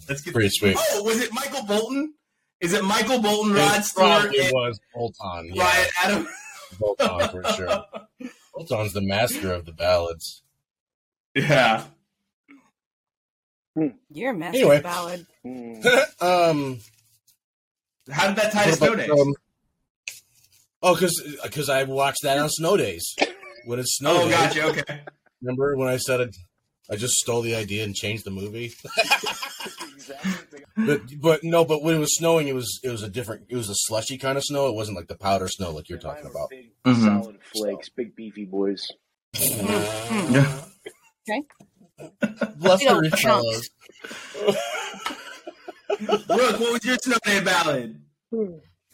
[SPEAKER 4] Let's get
[SPEAKER 1] Pretty sweet.
[SPEAKER 4] Oh, was it Michael Bolton? Is it Michael Bolton, Rod
[SPEAKER 1] It
[SPEAKER 4] Stewart,
[SPEAKER 1] probably
[SPEAKER 4] and
[SPEAKER 1] was Bolton. Yeah,
[SPEAKER 4] Brian Adams?
[SPEAKER 1] Bolton for sure. Bolton's the master of the ballads.
[SPEAKER 4] (laughs) Yeah.
[SPEAKER 2] You're a master
[SPEAKER 1] Anyway.
[SPEAKER 2] ballad.
[SPEAKER 1] (laughs)
[SPEAKER 3] Hmm.
[SPEAKER 1] (laughs) um,
[SPEAKER 4] How did that tie to
[SPEAKER 1] what
[SPEAKER 4] Snow
[SPEAKER 1] about,
[SPEAKER 4] Days?
[SPEAKER 1] um, oh, because I watched that on snow days when it snowed.
[SPEAKER 4] oh, gotcha. Okay.
[SPEAKER 1] Remember when I said it, I just stole the idea and changed the movie? (laughs)
[SPEAKER 3] Exactly.
[SPEAKER 1] But but no, but when it was snowing, it was it was a different. It was a slushy kind of snow. It wasn't like the powder snow like you're
[SPEAKER 3] Yeah, mine
[SPEAKER 1] talking
[SPEAKER 3] were
[SPEAKER 1] about.
[SPEAKER 4] (laughs)
[SPEAKER 1] Mm-hmm.
[SPEAKER 3] Big,
[SPEAKER 4] Mhm.
[SPEAKER 3] Solid flakes, big beefy boys.
[SPEAKER 4] Yeah.
[SPEAKER 1] Blustery
[SPEAKER 2] Big old
[SPEAKER 1] fellows.
[SPEAKER 2] chunks.
[SPEAKER 4] Brooke, what was your Snow Day ballad?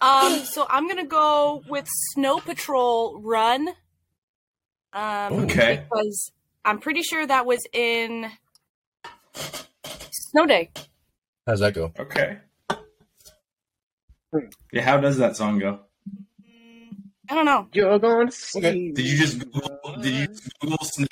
[SPEAKER 2] Um, so I'm gonna go with Snow Patrol Run. Um,
[SPEAKER 1] Ooh.
[SPEAKER 4] Okay.
[SPEAKER 2] because I'm pretty sure that was in Snow Day.
[SPEAKER 1] How's that go?
[SPEAKER 4] Okay. Yeah. How does that song go?
[SPEAKER 2] I don't know.
[SPEAKER 3] You're gonna see.
[SPEAKER 1] Okay.
[SPEAKER 4] Did you just Google, did you just Google snow?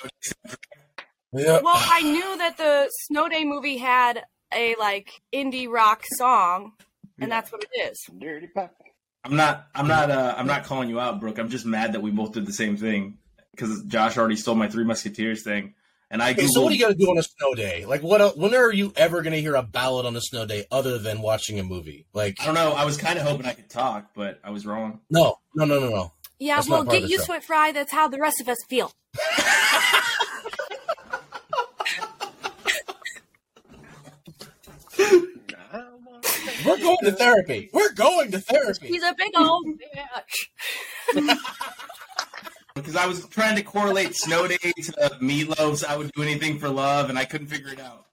[SPEAKER 1] Yeah.
[SPEAKER 2] Well, I knew that the Snow Day movie had a like indie rock song, and that's what it is.
[SPEAKER 3] Dirty pop.
[SPEAKER 4] I'm not. I'm not. Uh, I'm not calling you out, Brooke. I'm just mad that we both did the same thing because Josh already stole my Three Musketeers thing, and I
[SPEAKER 1] Okay, so what do
[SPEAKER 4] googled.
[SPEAKER 1] you got to do on a snow day? Like, what? el- When are you ever going to hear a ballad on a snow day other than watching a movie? Like,
[SPEAKER 4] I don't know. I was kind of hoping I could talk, but I was wrong.
[SPEAKER 1] no, no, no, no, no.
[SPEAKER 2] Yeah,
[SPEAKER 1] That's
[SPEAKER 2] well,
[SPEAKER 1] not part of
[SPEAKER 2] get
[SPEAKER 1] the
[SPEAKER 2] used
[SPEAKER 1] show.
[SPEAKER 2] to it, Fry. That's how the rest of us feel.
[SPEAKER 4] Oh,
[SPEAKER 1] We're going to therapy. We're going to therapy.
[SPEAKER 2] He's a big old bitch.
[SPEAKER 4] Because I was trying to correlate Snow Day to meatloaves. I would do anything for love, and I couldn't figure it out.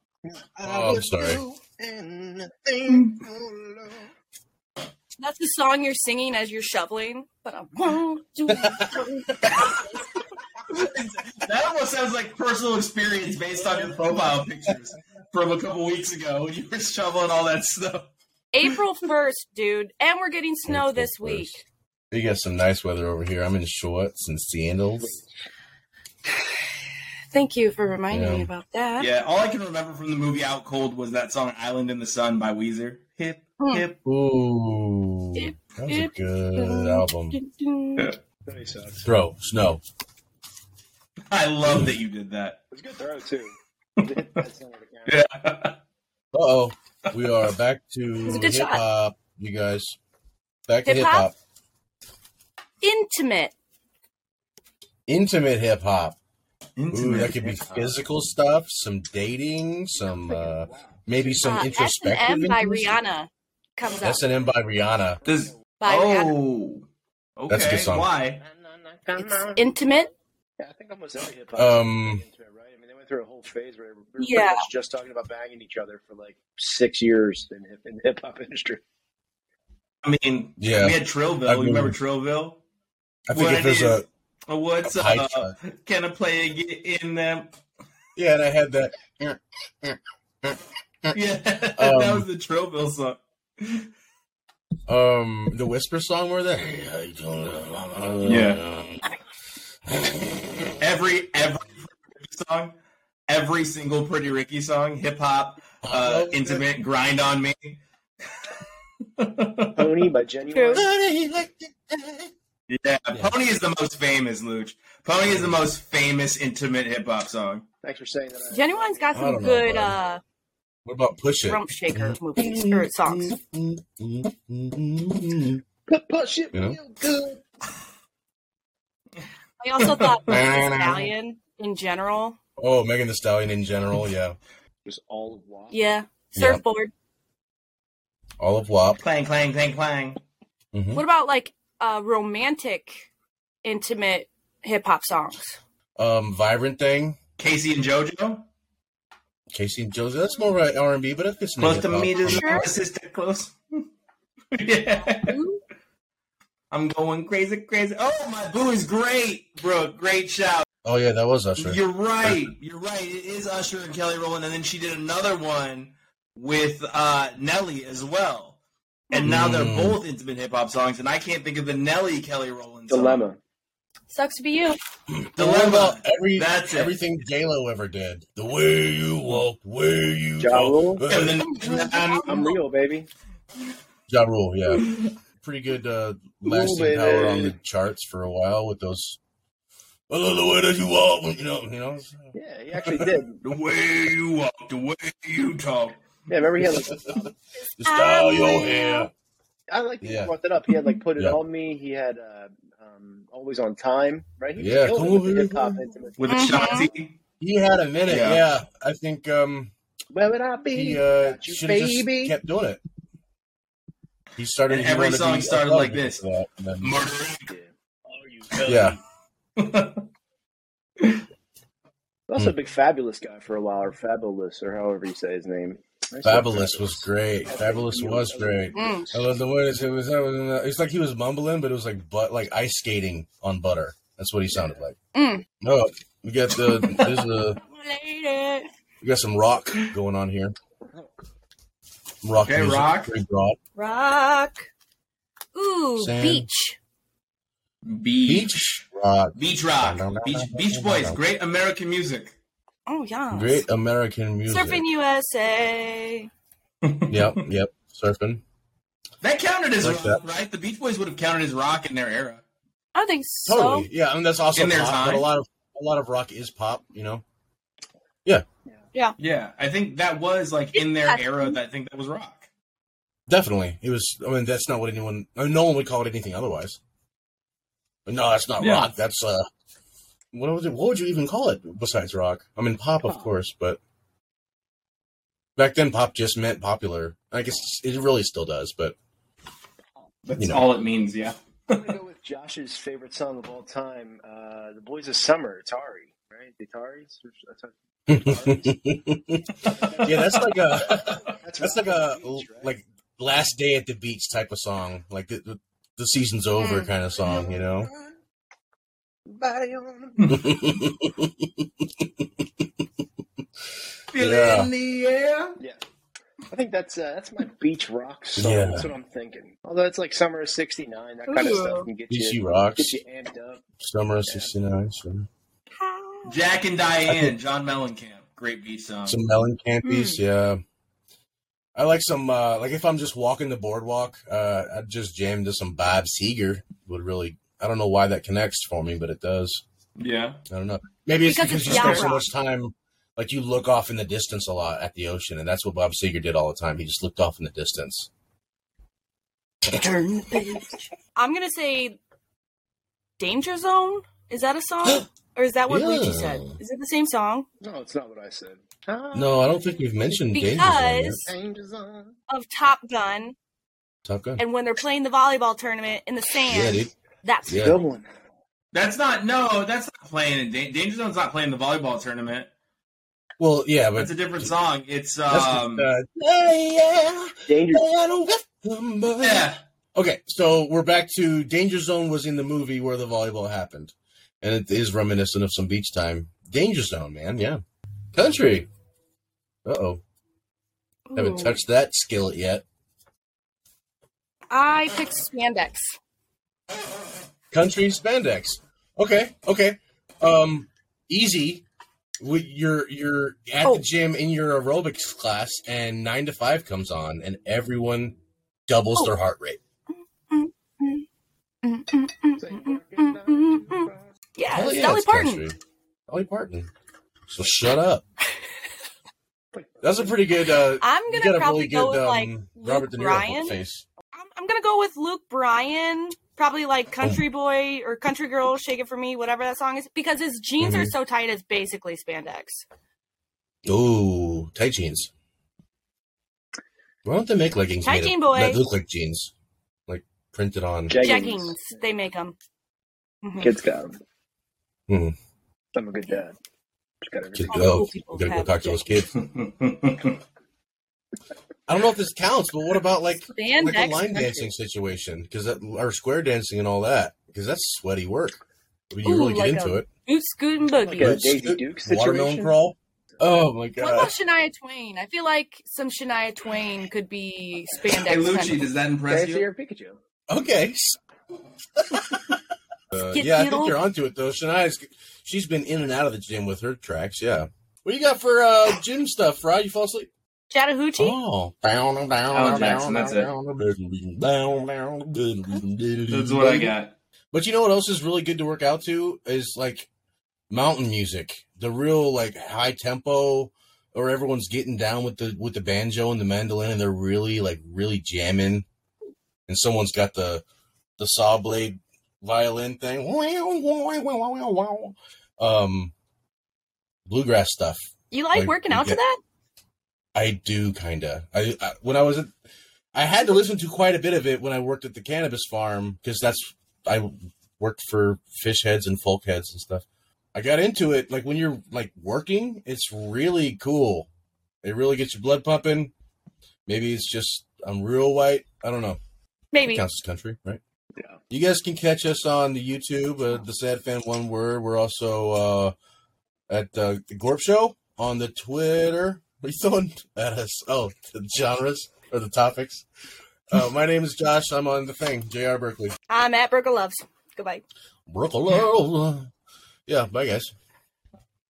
[SPEAKER 1] Oh, I'm sorry.
[SPEAKER 4] Mm.
[SPEAKER 2] That's the song you're singing as you're shoveling. But I'm won't do
[SPEAKER 1] (laughs)
[SPEAKER 2] it.
[SPEAKER 4] That almost sounds like personal experience based on your profile pictures from a couple weeks ago when you were shoveling all that snow.
[SPEAKER 2] April first, dude, and we're getting snow this week.
[SPEAKER 1] You got some nice weather over here. I'm in shorts and sandals.
[SPEAKER 2] Thank you for reminding
[SPEAKER 1] Yeah.
[SPEAKER 2] me about that.
[SPEAKER 4] Yeah, all I can remember from the movie Out Cold was that song "Island in the Sun" by Weezer. Hip,
[SPEAKER 2] Hmm.
[SPEAKER 4] hip.
[SPEAKER 1] Ooh, that was a good album.
[SPEAKER 2] Dun-dun.
[SPEAKER 3] That sucks.
[SPEAKER 1] Throw snow.
[SPEAKER 4] I love that you did that. (laughs)
[SPEAKER 3] It's a good throw too. That's not what it counts.
[SPEAKER 4] Yeah.
[SPEAKER 1] oh, we are back to
[SPEAKER 2] was a good
[SPEAKER 1] hip
[SPEAKER 2] shot.
[SPEAKER 1] hop, you guys. Back to hip
[SPEAKER 2] Hip-hop?
[SPEAKER 1] hop,
[SPEAKER 2] (laughs) Intimate.
[SPEAKER 1] intimate hip hop. Ooh,
[SPEAKER 4] Intimate
[SPEAKER 1] that could be
[SPEAKER 4] hip-hop.
[SPEAKER 1] physical stuff, some dating, some uh, maybe some
[SPEAKER 2] uh,
[SPEAKER 1] introspective.
[SPEAKER 2] S&M by Rihanna comes up.
[SPEAKER 1] S and M by Rihanna.
[SPEAKER 4] Does
[SPEAKER 2] by Rihanna.
[SPEAKER 4] oh, okay.
[SPEAKER 1] That's a good song.
[SPEAKER 4] Why?
[SPEAKER 1] Oh.
[SPEAKER 2] It's intimate.
[SPEAKER 3] Yeah, I think almost every hip hop.
[SPEAKER 1] Um,
[SPEAKER 3] into it, right? I mean, they went through a whole phase where we were pretty
[SPEAKER 2] Yeah.
[SPEAKER 3] much just talking about banging each other for like six years in, hip- in the hip hop
[SPEAKER 2] (laughs)
[SPEAKER 3] industry.
[SPEAKER 4] I mean,
[SPEAKER 1] Yeah.
[SPEAKER 4] we had Trillville.
[SPEAKER 1] I
[SPEAKER 4] you remember
[SPEAKER 1] mean-
[SPEAKER 4] Trillville?
[SPEAKER 1] I think
[SPEAKER 4] What
[SPEAKER 1] if
[SPEAKER 4] it
[SPEAKER 1] there's
[SPEAKER 4] is.
[SPEAKER 1] a
[SPEAKER 4] Uh, What's
[SPEAKER 1] A pipe
[SPEAKER 4] uh, can a player get in them?
[SPEAKER 1] yeah, and I had that.
[SPEAKER 4] Yeah, (laughs) that
[SPEAKER 1] Mm. Um,
[SPEAKER 4] was the Trillville song.
[SPEAKER 1] Um, the whisper song where the
[SPEAKER 4] Yeah.
[SPEAKER 1] Uh,
[SPEAKER 4] Every every song, every single Pretty Ricky song, hip hop,
[SPEAKER 1] Oh, um,
[SPEAKER 4] uh, intimate, grind on me.
[SPEAKER 3] Pony by
[SPEAKER 2] True.
[SPEAKER 3] Genuine.
[SPEAKER 4] Yeah, Pony is the most famous, Luch. Pony is the most famous intimate hip hop song.
[SPEAKER 3] Thanks for saying that.
[SPEAKER 2] Genuine's got
[SPEAKER 1] I
[SPEAKER 2] some
[SPEAKER 1] don't know,
[SPEAKER 2] good
[SPEAKER 1] bro.
[SPEAKER 2] uh,
[SPEAKER 1] What about push it? Mm-hmm.
[SPEAKER 2] rump shaker movies or songs.
[SPEAKER 3] Put, put shit
[SPEAKER 1] You know?
[SPEAKER 3] real good.
[SPEAKER 1] (laughs)
[SPEAKER 2] I also thought Megan Thee Stallion in general.
[SPEAKER 1] Oh, Megan the Stallion in general, yeah.
[SPEAKER 3] Just all of WAP.
[SPEAKER 2] Yeah. Surfboard.
[SPEAKER 1] Mm-hmm. All of WAP.
[SPEAKER 4] Clang, clang, clang, clang.
[SPEAKER 1] Mhm.
[SPEAKER 2] What about like uh, romantic, intimate hip hop songs?
[SPEAKER 1] Um, vibrant thing.
[SPEAKER 4] Casey and JoJo.
[SPEAKER 1] Casey and Josie. That's more right R and B, but if it's
[SPEAKER 4] Close to me, just
[SPEAKER 2] Sure.
[SPEAKER 4] my sister close. (laughs) yeah.
[SPEAKER 2] Ooh,
[SPEAKER 4] I'm going crazy, crazy. Oh, my boo is great, bro. Great shout.
[SPEAKER 1] Oh yeah, that was Usher.
[SPEAKER 4] You're right. You're right. It is Usher and Kelly Rowland, and then she did another one with uh, Nelly as well. And now they're
[SPEAKER 1] Mm.
[SPEAKER 4] both intimate hip hop songs, and I can't think of the Nelly Kelly Rowland song.
[SPEAKER 3] Dilemma.
[SPEAKER 2] Sucks to be you.
[SPEAKER 1] The one about
[SPEAKER 4] Dilemma.
[SPEAKER 1] every
[SPEAKER 4] That's it.
[SPEAKER 1] everything J Lo ever did. The way you walk, the way you
[SPEAKER 3] Ja
[SPEAKER 1] walk.
[SPEAKER 3] Rule?
[SPEAKER 4] (laughs) And then- um,
[SPEAKER 3] I'm real, baby.
[SPEAKER 1] (laughs) Ja Rule,
[SPEAKER 3] (laughs)
[SPEAKER 1] yeah. Pretty good uh, lasting
[SPEAKER 3] Ooh,
[SPEAKER 1] power
[SPEAKER 3] baby.
[SPEAKER 1] on the charts for a while with those. I love the way that you walk, you know, you know.
[SPEAKER 3] Yeah, he actually did.
[SPEAKER 4] the way you walk, the way you talk.
[SPEAKER 3] Yeah, remember he had like
[SPEAKER 1] The style your hair.
[SPEAKER 3] I like that
[SPEAKER 1] Yeah.
[SPEAKER 3] you brought that up. He had like put it
[SPEAKER 1] Yeah.
[SPEAKER 3] on me. He had uh, um, always on time, right? He was
[SPEAKER 1] Yeah,
[SPEAKER 3] killing
[SPEAKER 1] come
[SPEAKER 3] it with
[SPEAKER 1] over
[SPEAKER 3] the
[SPEAKER 1] here,
[SPEAKER 3] hip hop
[SPEAKER 1] come.
[SPEAKER 3] intimate.
[SPEAKER 4] With
[SPEAKER 2] Mhm.
[SPEAKER 4] Ashanti.
[SPEAKER 1] He had a minute,
[SPEAKER 4] Yeah.
[SPEAKER 1] yeah. I think um,
[SPEAKER 3] Where would I be?
[SPEAKER 1] he uh,
[SPEAKER 3] Got you,
[SPEAKER 1] should have just
[SPEAKER 3] baby.
[SPEAKER 1] kept doing it. He started.
[SPEAKER 4] And
[SPEAKER 1] he
[SPEAKER 4] every
[SPEAKER 1] wanted to
[SPEAKER 4] song
[SPEAKER 1] be
[SPEAKER 4] started
[SPEAKER 1] above
[SPEAKER 4] like this.
[SPEAKER 1] that, and then-
[SPEAKER 4] Murder.
[SPEAKER 3] Yeah.
[SPEAKER 1] Yeah,
[SPEAKER 3] Also, a
[SPEAKER 1] Hmm.
[SPEAKER 3] big fabulous guy for a while, or fabulous, or however you say his name. I used to love
[SPEAKER 1] Fabulous was great.
[SPEAKER 3] Fabulous.
[SPEAKER 1] Fabulous Hmm. was great.
[SPEAKER 2] Mm.
[SPEAKER 1] I love the way it was. It was it's like he was mumbling, but it was like but like ice skating on butter. That's what he sounded like.
[SPEAKER 2] Mm.
[SPEAKER 1] Oh, we got the there's a
[SPEAKER 2] Later.
[SPEAKER 1] we got some rock going on here. Rock
[SPEAKER 4] Okay,
[SPEAKER 1] music,
[SPEAKER 4] rock.
[SPEAKER 1] very broad.
[SPEAKER 2] Rock. Ooh,
[SPEAKER 1] Sand.
[SPEAKER 2] beach.
[SPEAKER 4] Beach.
[SPEAKER 1] Beach rock,
[SPEAKER 4] Beach rock. Beach, Beach Boys. Great
[SPEAKER 1] (laughs)
[SPEAKER 4] American music.
[SPEAKER 2] Oh yeah.
[SPEAKER 1] great American music.
[SPEAKER 2] Surfing USA.
[SPEAKER 1] Yep, yep. Surfing.
[SPEAKER 4] That counted as
[SPEAKER 1] Like
[SPEAKER 4] rock, right? The Beach Boys would have counted as rock in their era.
[SPEAKER 2] I don't think so.
[SPEAKER 1] Totally. yeah, I mean that's also
[SPEAKER 4] In their
[SPEAKER 1] pop, but a
[SPEAKER 4] time.
[SPEAKER 1] lot of a lot of rock is pop. You know.
[SPEAKER 4] Yeah, I think that was like in their
[SPEAKER 2] Yeah.
[SPEAKER 4] era. That I think that was rock.
[SPEAKER 1] Definitely, it was. I mean, that's not what anyone. I mean, no one would call it anything otherwise. But no, that's not
[SPEAKER 4] Yeah.
[SPEAKER 1] rock. That's uh, what was it? What would you even call it besides rock? I mean, pop, of course, but back then, pop just meant popular. I guess it really still does, but (laughs)
[SPEAKER 4] That's
[SPEAKER 1] You know.
[SPEAKER 4] all it means. Yeah.
[SPEAKER 3] I'm gonna go with Josh's favorite song of all time, uh, "The Boys of Summer," Atari, right? The Ataris. Or- Ataris?
[SPEAKER 1] yeah, that's like a that's like
[SPEAKER 3] Rock
[SPEAKER 1] a
[SPEAKER 3] on the Beach, right?
[SPEAKER 1] like last day at the beach type of song, like the the, the season's over
[SPEAKER 2] Mm.
[SPEAKER 1] kind of song, you
[SPEAKER 3] (laughs)
[SPEAKER 1] know. (laughs)
[SPEAKER 3] Body on the beach.
[SPEAKER 4] Feel it
[SPEAKER 1] Yeah.
[SPEAKER 4] in the air.
[SPEAKER 3] Yeah, I think that's uh, that's my beach rock song.
[SPEAKER 1] Yeah.
[SPEAKER 3] That's what I'm thinking. Although it's like summer of '69, that kind of
[SPEAKER 2] Ooh.
[SPEAKER 3] stuff can get
[SPEAKER 1] DC
[SPEAKER 3] you
[SPEAKER 1] rocks,
[SPEAKER 3] get you amped up.
[SPEAKER 1] summer of '69, sure.
[SPEAKER 4] Jack and Diane, John Mellencamp, great beach song.
[SPEAKER 1] some Mellencampis,
[SPEAKER 2] Hmm.
[SPEAKER 1] yeah. I like some uh like if I'm just walking the boardwalk, uh I just jam to some Bob Seger would really I don't know why that connects for me, but it does.
[SPEAKER 4] yeah.
[SPEAKER 1] I don't know. Maybe it's
[SPEAKER 2] Because
[SPEAKER 1] because,
[SPEAKER 2] it's
[SPEAKER 1] you spend
[SPEAKER 2] yacht
[SPEAKER 1] so much time like you look off in the distance a lot at the ocean, and that's what Bob Seger did all the time. He just looked off in the distance.
[SPEAKER 2] Turn the page. I'm gonna say Danger Zone. Is that
[SPEAKER 1] (gasps)
[SPEAKER 2] a song? Or is that what
[SPEAKER 1] Yeah.
[SPEAKER 2] Luigi said? Is it the same song?
[SPEAKER 3] No, it's not what I said. Ah,
[SPEAKER 1] No, I don't think we've mentioned Danger Zone yet.
[SPEAKER 2] Because
[SPEAKER 3] Angels on.
[SPEAKER 2] of Top Gun
[SPEAKER 1] Top Gun.
[SPEAKER 2] and when they're playing the volleyball tournament in the
[SPEAKER 1] Yeah,
[SPEAKER 2] sand.
[SPEAKER 1] dude.
[SPEAKER 2] that's
[SPEAKER 1] Yeah.
[SPEAKER 3] Good one.
[SPEAKER 4] That's not no. That's not playing in Dan- Danger Zone's not playing the volleyball tournament.
[SPEAKER 1] Well, yeah, but
[SPEAKER 4] That's a different song. It's
[SPEAKER 1] that's
[SPEAKER 4] um
[SPEAKER 1] just, uh, yeah,
[SPEAKER 3] Danger.
[SPEAKER 1] I don't got somebody.
[SPEAKER 4] (laughs) yeah.
[SPEAKER 1] Okay, so we're back to Danger Zone was in the movie where the volleyball happened, and it is reminiscent of some beach time. Danger Zone, man, yeah. Country. Uh oh, haven't
[SPEAKER 2] Ooh.
[SPEAKER 1] touched that skillet yet.
[SPEAKER 2] I picked spandex.
[SPEAKER 1] Country spandex. Okay, okay. Um, easy. With You're you're at
[SPEAKER 2] Oh.
[SPEAKER 1] the gym in your aerobics class, and nine to five comes on, and everyone doubles
[SPEAKER 2] Oh.
[SPEAKER 1] their heart rate.
[SPEAKER 2] Mm, mm, mm, mm, mm, mm, mm. Yeah,
[SPEAKER 1] Hell
[SPEAKER 2] it's
[SPEAKER 1] yeah,
[SPEAKER 2] Dolly
[SPEAKER 1] it's
[SPEAKER 2] Parton.
[SPEAKER 1] country. Dolly Parton. So shut
[SPEAKER 2] (laughs)
[SPEAKER 1] up. That's a pretty good. Uh,
[SPEAKER 2] I'm
[SPEAKER 1] you
[SPEAKER 2] gonna
[SPEAKER 1] got a
[SPEAKER 2] probably
[SPEAKER 1] really
[SPEAKER 2] go
[SPEAKER 1] good
[SPEAKER 2] with like
[SPEAKER 1] um, Robert
[SPEAKER 2] Luke
[SPEAKER 1] De Niro
[SPEAKER 2] Bryan.
[SPEAKER 1] face.
[SPEAKER 2] I'm, I'm gonna go with Luke Bryan, probably like
[SPEAKER 1] Oh.
[SPEAKER 2] Country Boy or Country Girl, Shake It for Me, whatever that song is, because his jeans are
[SPEAKER 1] Mhm.
[SPEAKER 2] so tight it's basically spandex.
[SPEAKER 1] Ooh, tight jeans. Why don't they make leggings
[SPEAKER 2] Tight
[SPEAKER 1] made
[SPEAKER 2] jean
[SPEAKER 1] of,
[SPEAKER 2] boy.
[SPEAKER 1] that look like jeans, like printed on?
[SPEAKER 2] Jeggings, they make them.
[SPEAKER 3] Kids got 'em.
[SPEAKER 1] Mhm.
[SPEAKER 3] I'm a good dad. Just got
[SPEAKER 1] Kid,
[SPEAKER 3] everything.
[SPEAKER 2] All
[SPEAKER 1] oh,
[SPEAKER 2] cool people
[SPEAKER 1] we gotta go
[SPEAKER 2] have
[SPEAKER 1] talk to those kids. I don't know if this counts, but what about like
[SPEAKER 2] Spandex
[SPEAKER 1] like a line
[SPEAKER 2] country.
[SPEAKER 1] dancing situation? Because or square dancing and all that, because that's sweaty work. I mean, you
[SPEAKER 2] Ooh,
[SPEAKER 1] really get
[SPEAKER 2] like
[SPEAKER 1] into
[SPEAKER 2] a-
[SPEAKER 1] it.
[SPEAKER 2] Boot scootin' boogie.
[SPEAKER 3] Like a
[SPEAKER 1] Let's
[SPEAKER 3] Daisy
[SPEAKER 1] do-
[SPEAKER 3] Duke
[SPEAKER 1] Watermelon
[SPEAKER 3] situation?
[SPEAKER 1] crawl. Oh my
[SPEAKER 2] What about
[SPEAKER 1] Oh god!
[SPEAKER 2] Shania Twain? I feel like some Shania Twain could be spandex.
[SPEAKER 4] hey Lucci,
[SPEAKER 2] country.
[SPEAKER 4] does that impress
[SPEAKER 3] Fancy
[SPEAKER 4] you?
[SPEAKER 3] or Pikachu?
[SPEAKER 1] Okay. (laughs) Uh,
[SPEAKER 2] Skip
[SPEAKER 1] yeah, I think
[SPEAKER 2] noodle.
[SPEAKER 1] you're onto it though. Shania's she's been in and out of the gym with her tracks. Yeah. What you got for uh, gym stuff, Fry? You fall asleep?
[SPEAKER 2] Chattahoochee?
[SPEAKER 1] Oh, down, down, down,
[SPEAKER 4] Jackson,
[SPEAKER 1] down,
[SPEAKER 4] that's it.
[SPEAKER 1] down, down, down.
[SPEAKER 4] That's what I got.
[SPEAKER 1] But you know what else is really good to work out to is like mountain music, the real like high tempo, or everyone's getting down with the with the banjo and the mandolin, and they're really like really jamming, and someone's got the the saw blade violin thing, um, bluegrass stuff.
[SPEAKER 2] You like
[SPEAKER 1] Like,
[SPEAKER 2] working
[SPEAKER 1] you
[SPEAKER 2] out to
[SPEAKER 1] get-
[SPEAKER 2] that?
[SPEAKER 1] I do kind of. I, I when I was at, I had to listen to quite a bit of it when I worked at the cannabis farm because that's I worked for fish heads and folk heads and stuff. I got into it like when you're like working, it's really cool. It really gets your blood pumping. Maybe it's just I'm real white. I don't know.
[SPEAKER 2] Maybe.
[SPEAKER 1] Counts as country, right?
[SPEAKER 3] Yeah.
[SPEAKER 1] You guys can catch us on the YouTube, uh, the Sad Fan One Word. We're also uh, at uh, the Gorp Show on the Twitter. What are you throwing at us? Oh, the genres or the topics. Uh, my name is Josh. I'm on the thing. J.R. Berkeley.
[SPEAKER 2] I'm at Burger Loves. Goodbye.
[SPEAKER 1] Berkeley. Yeah. Bye, guys.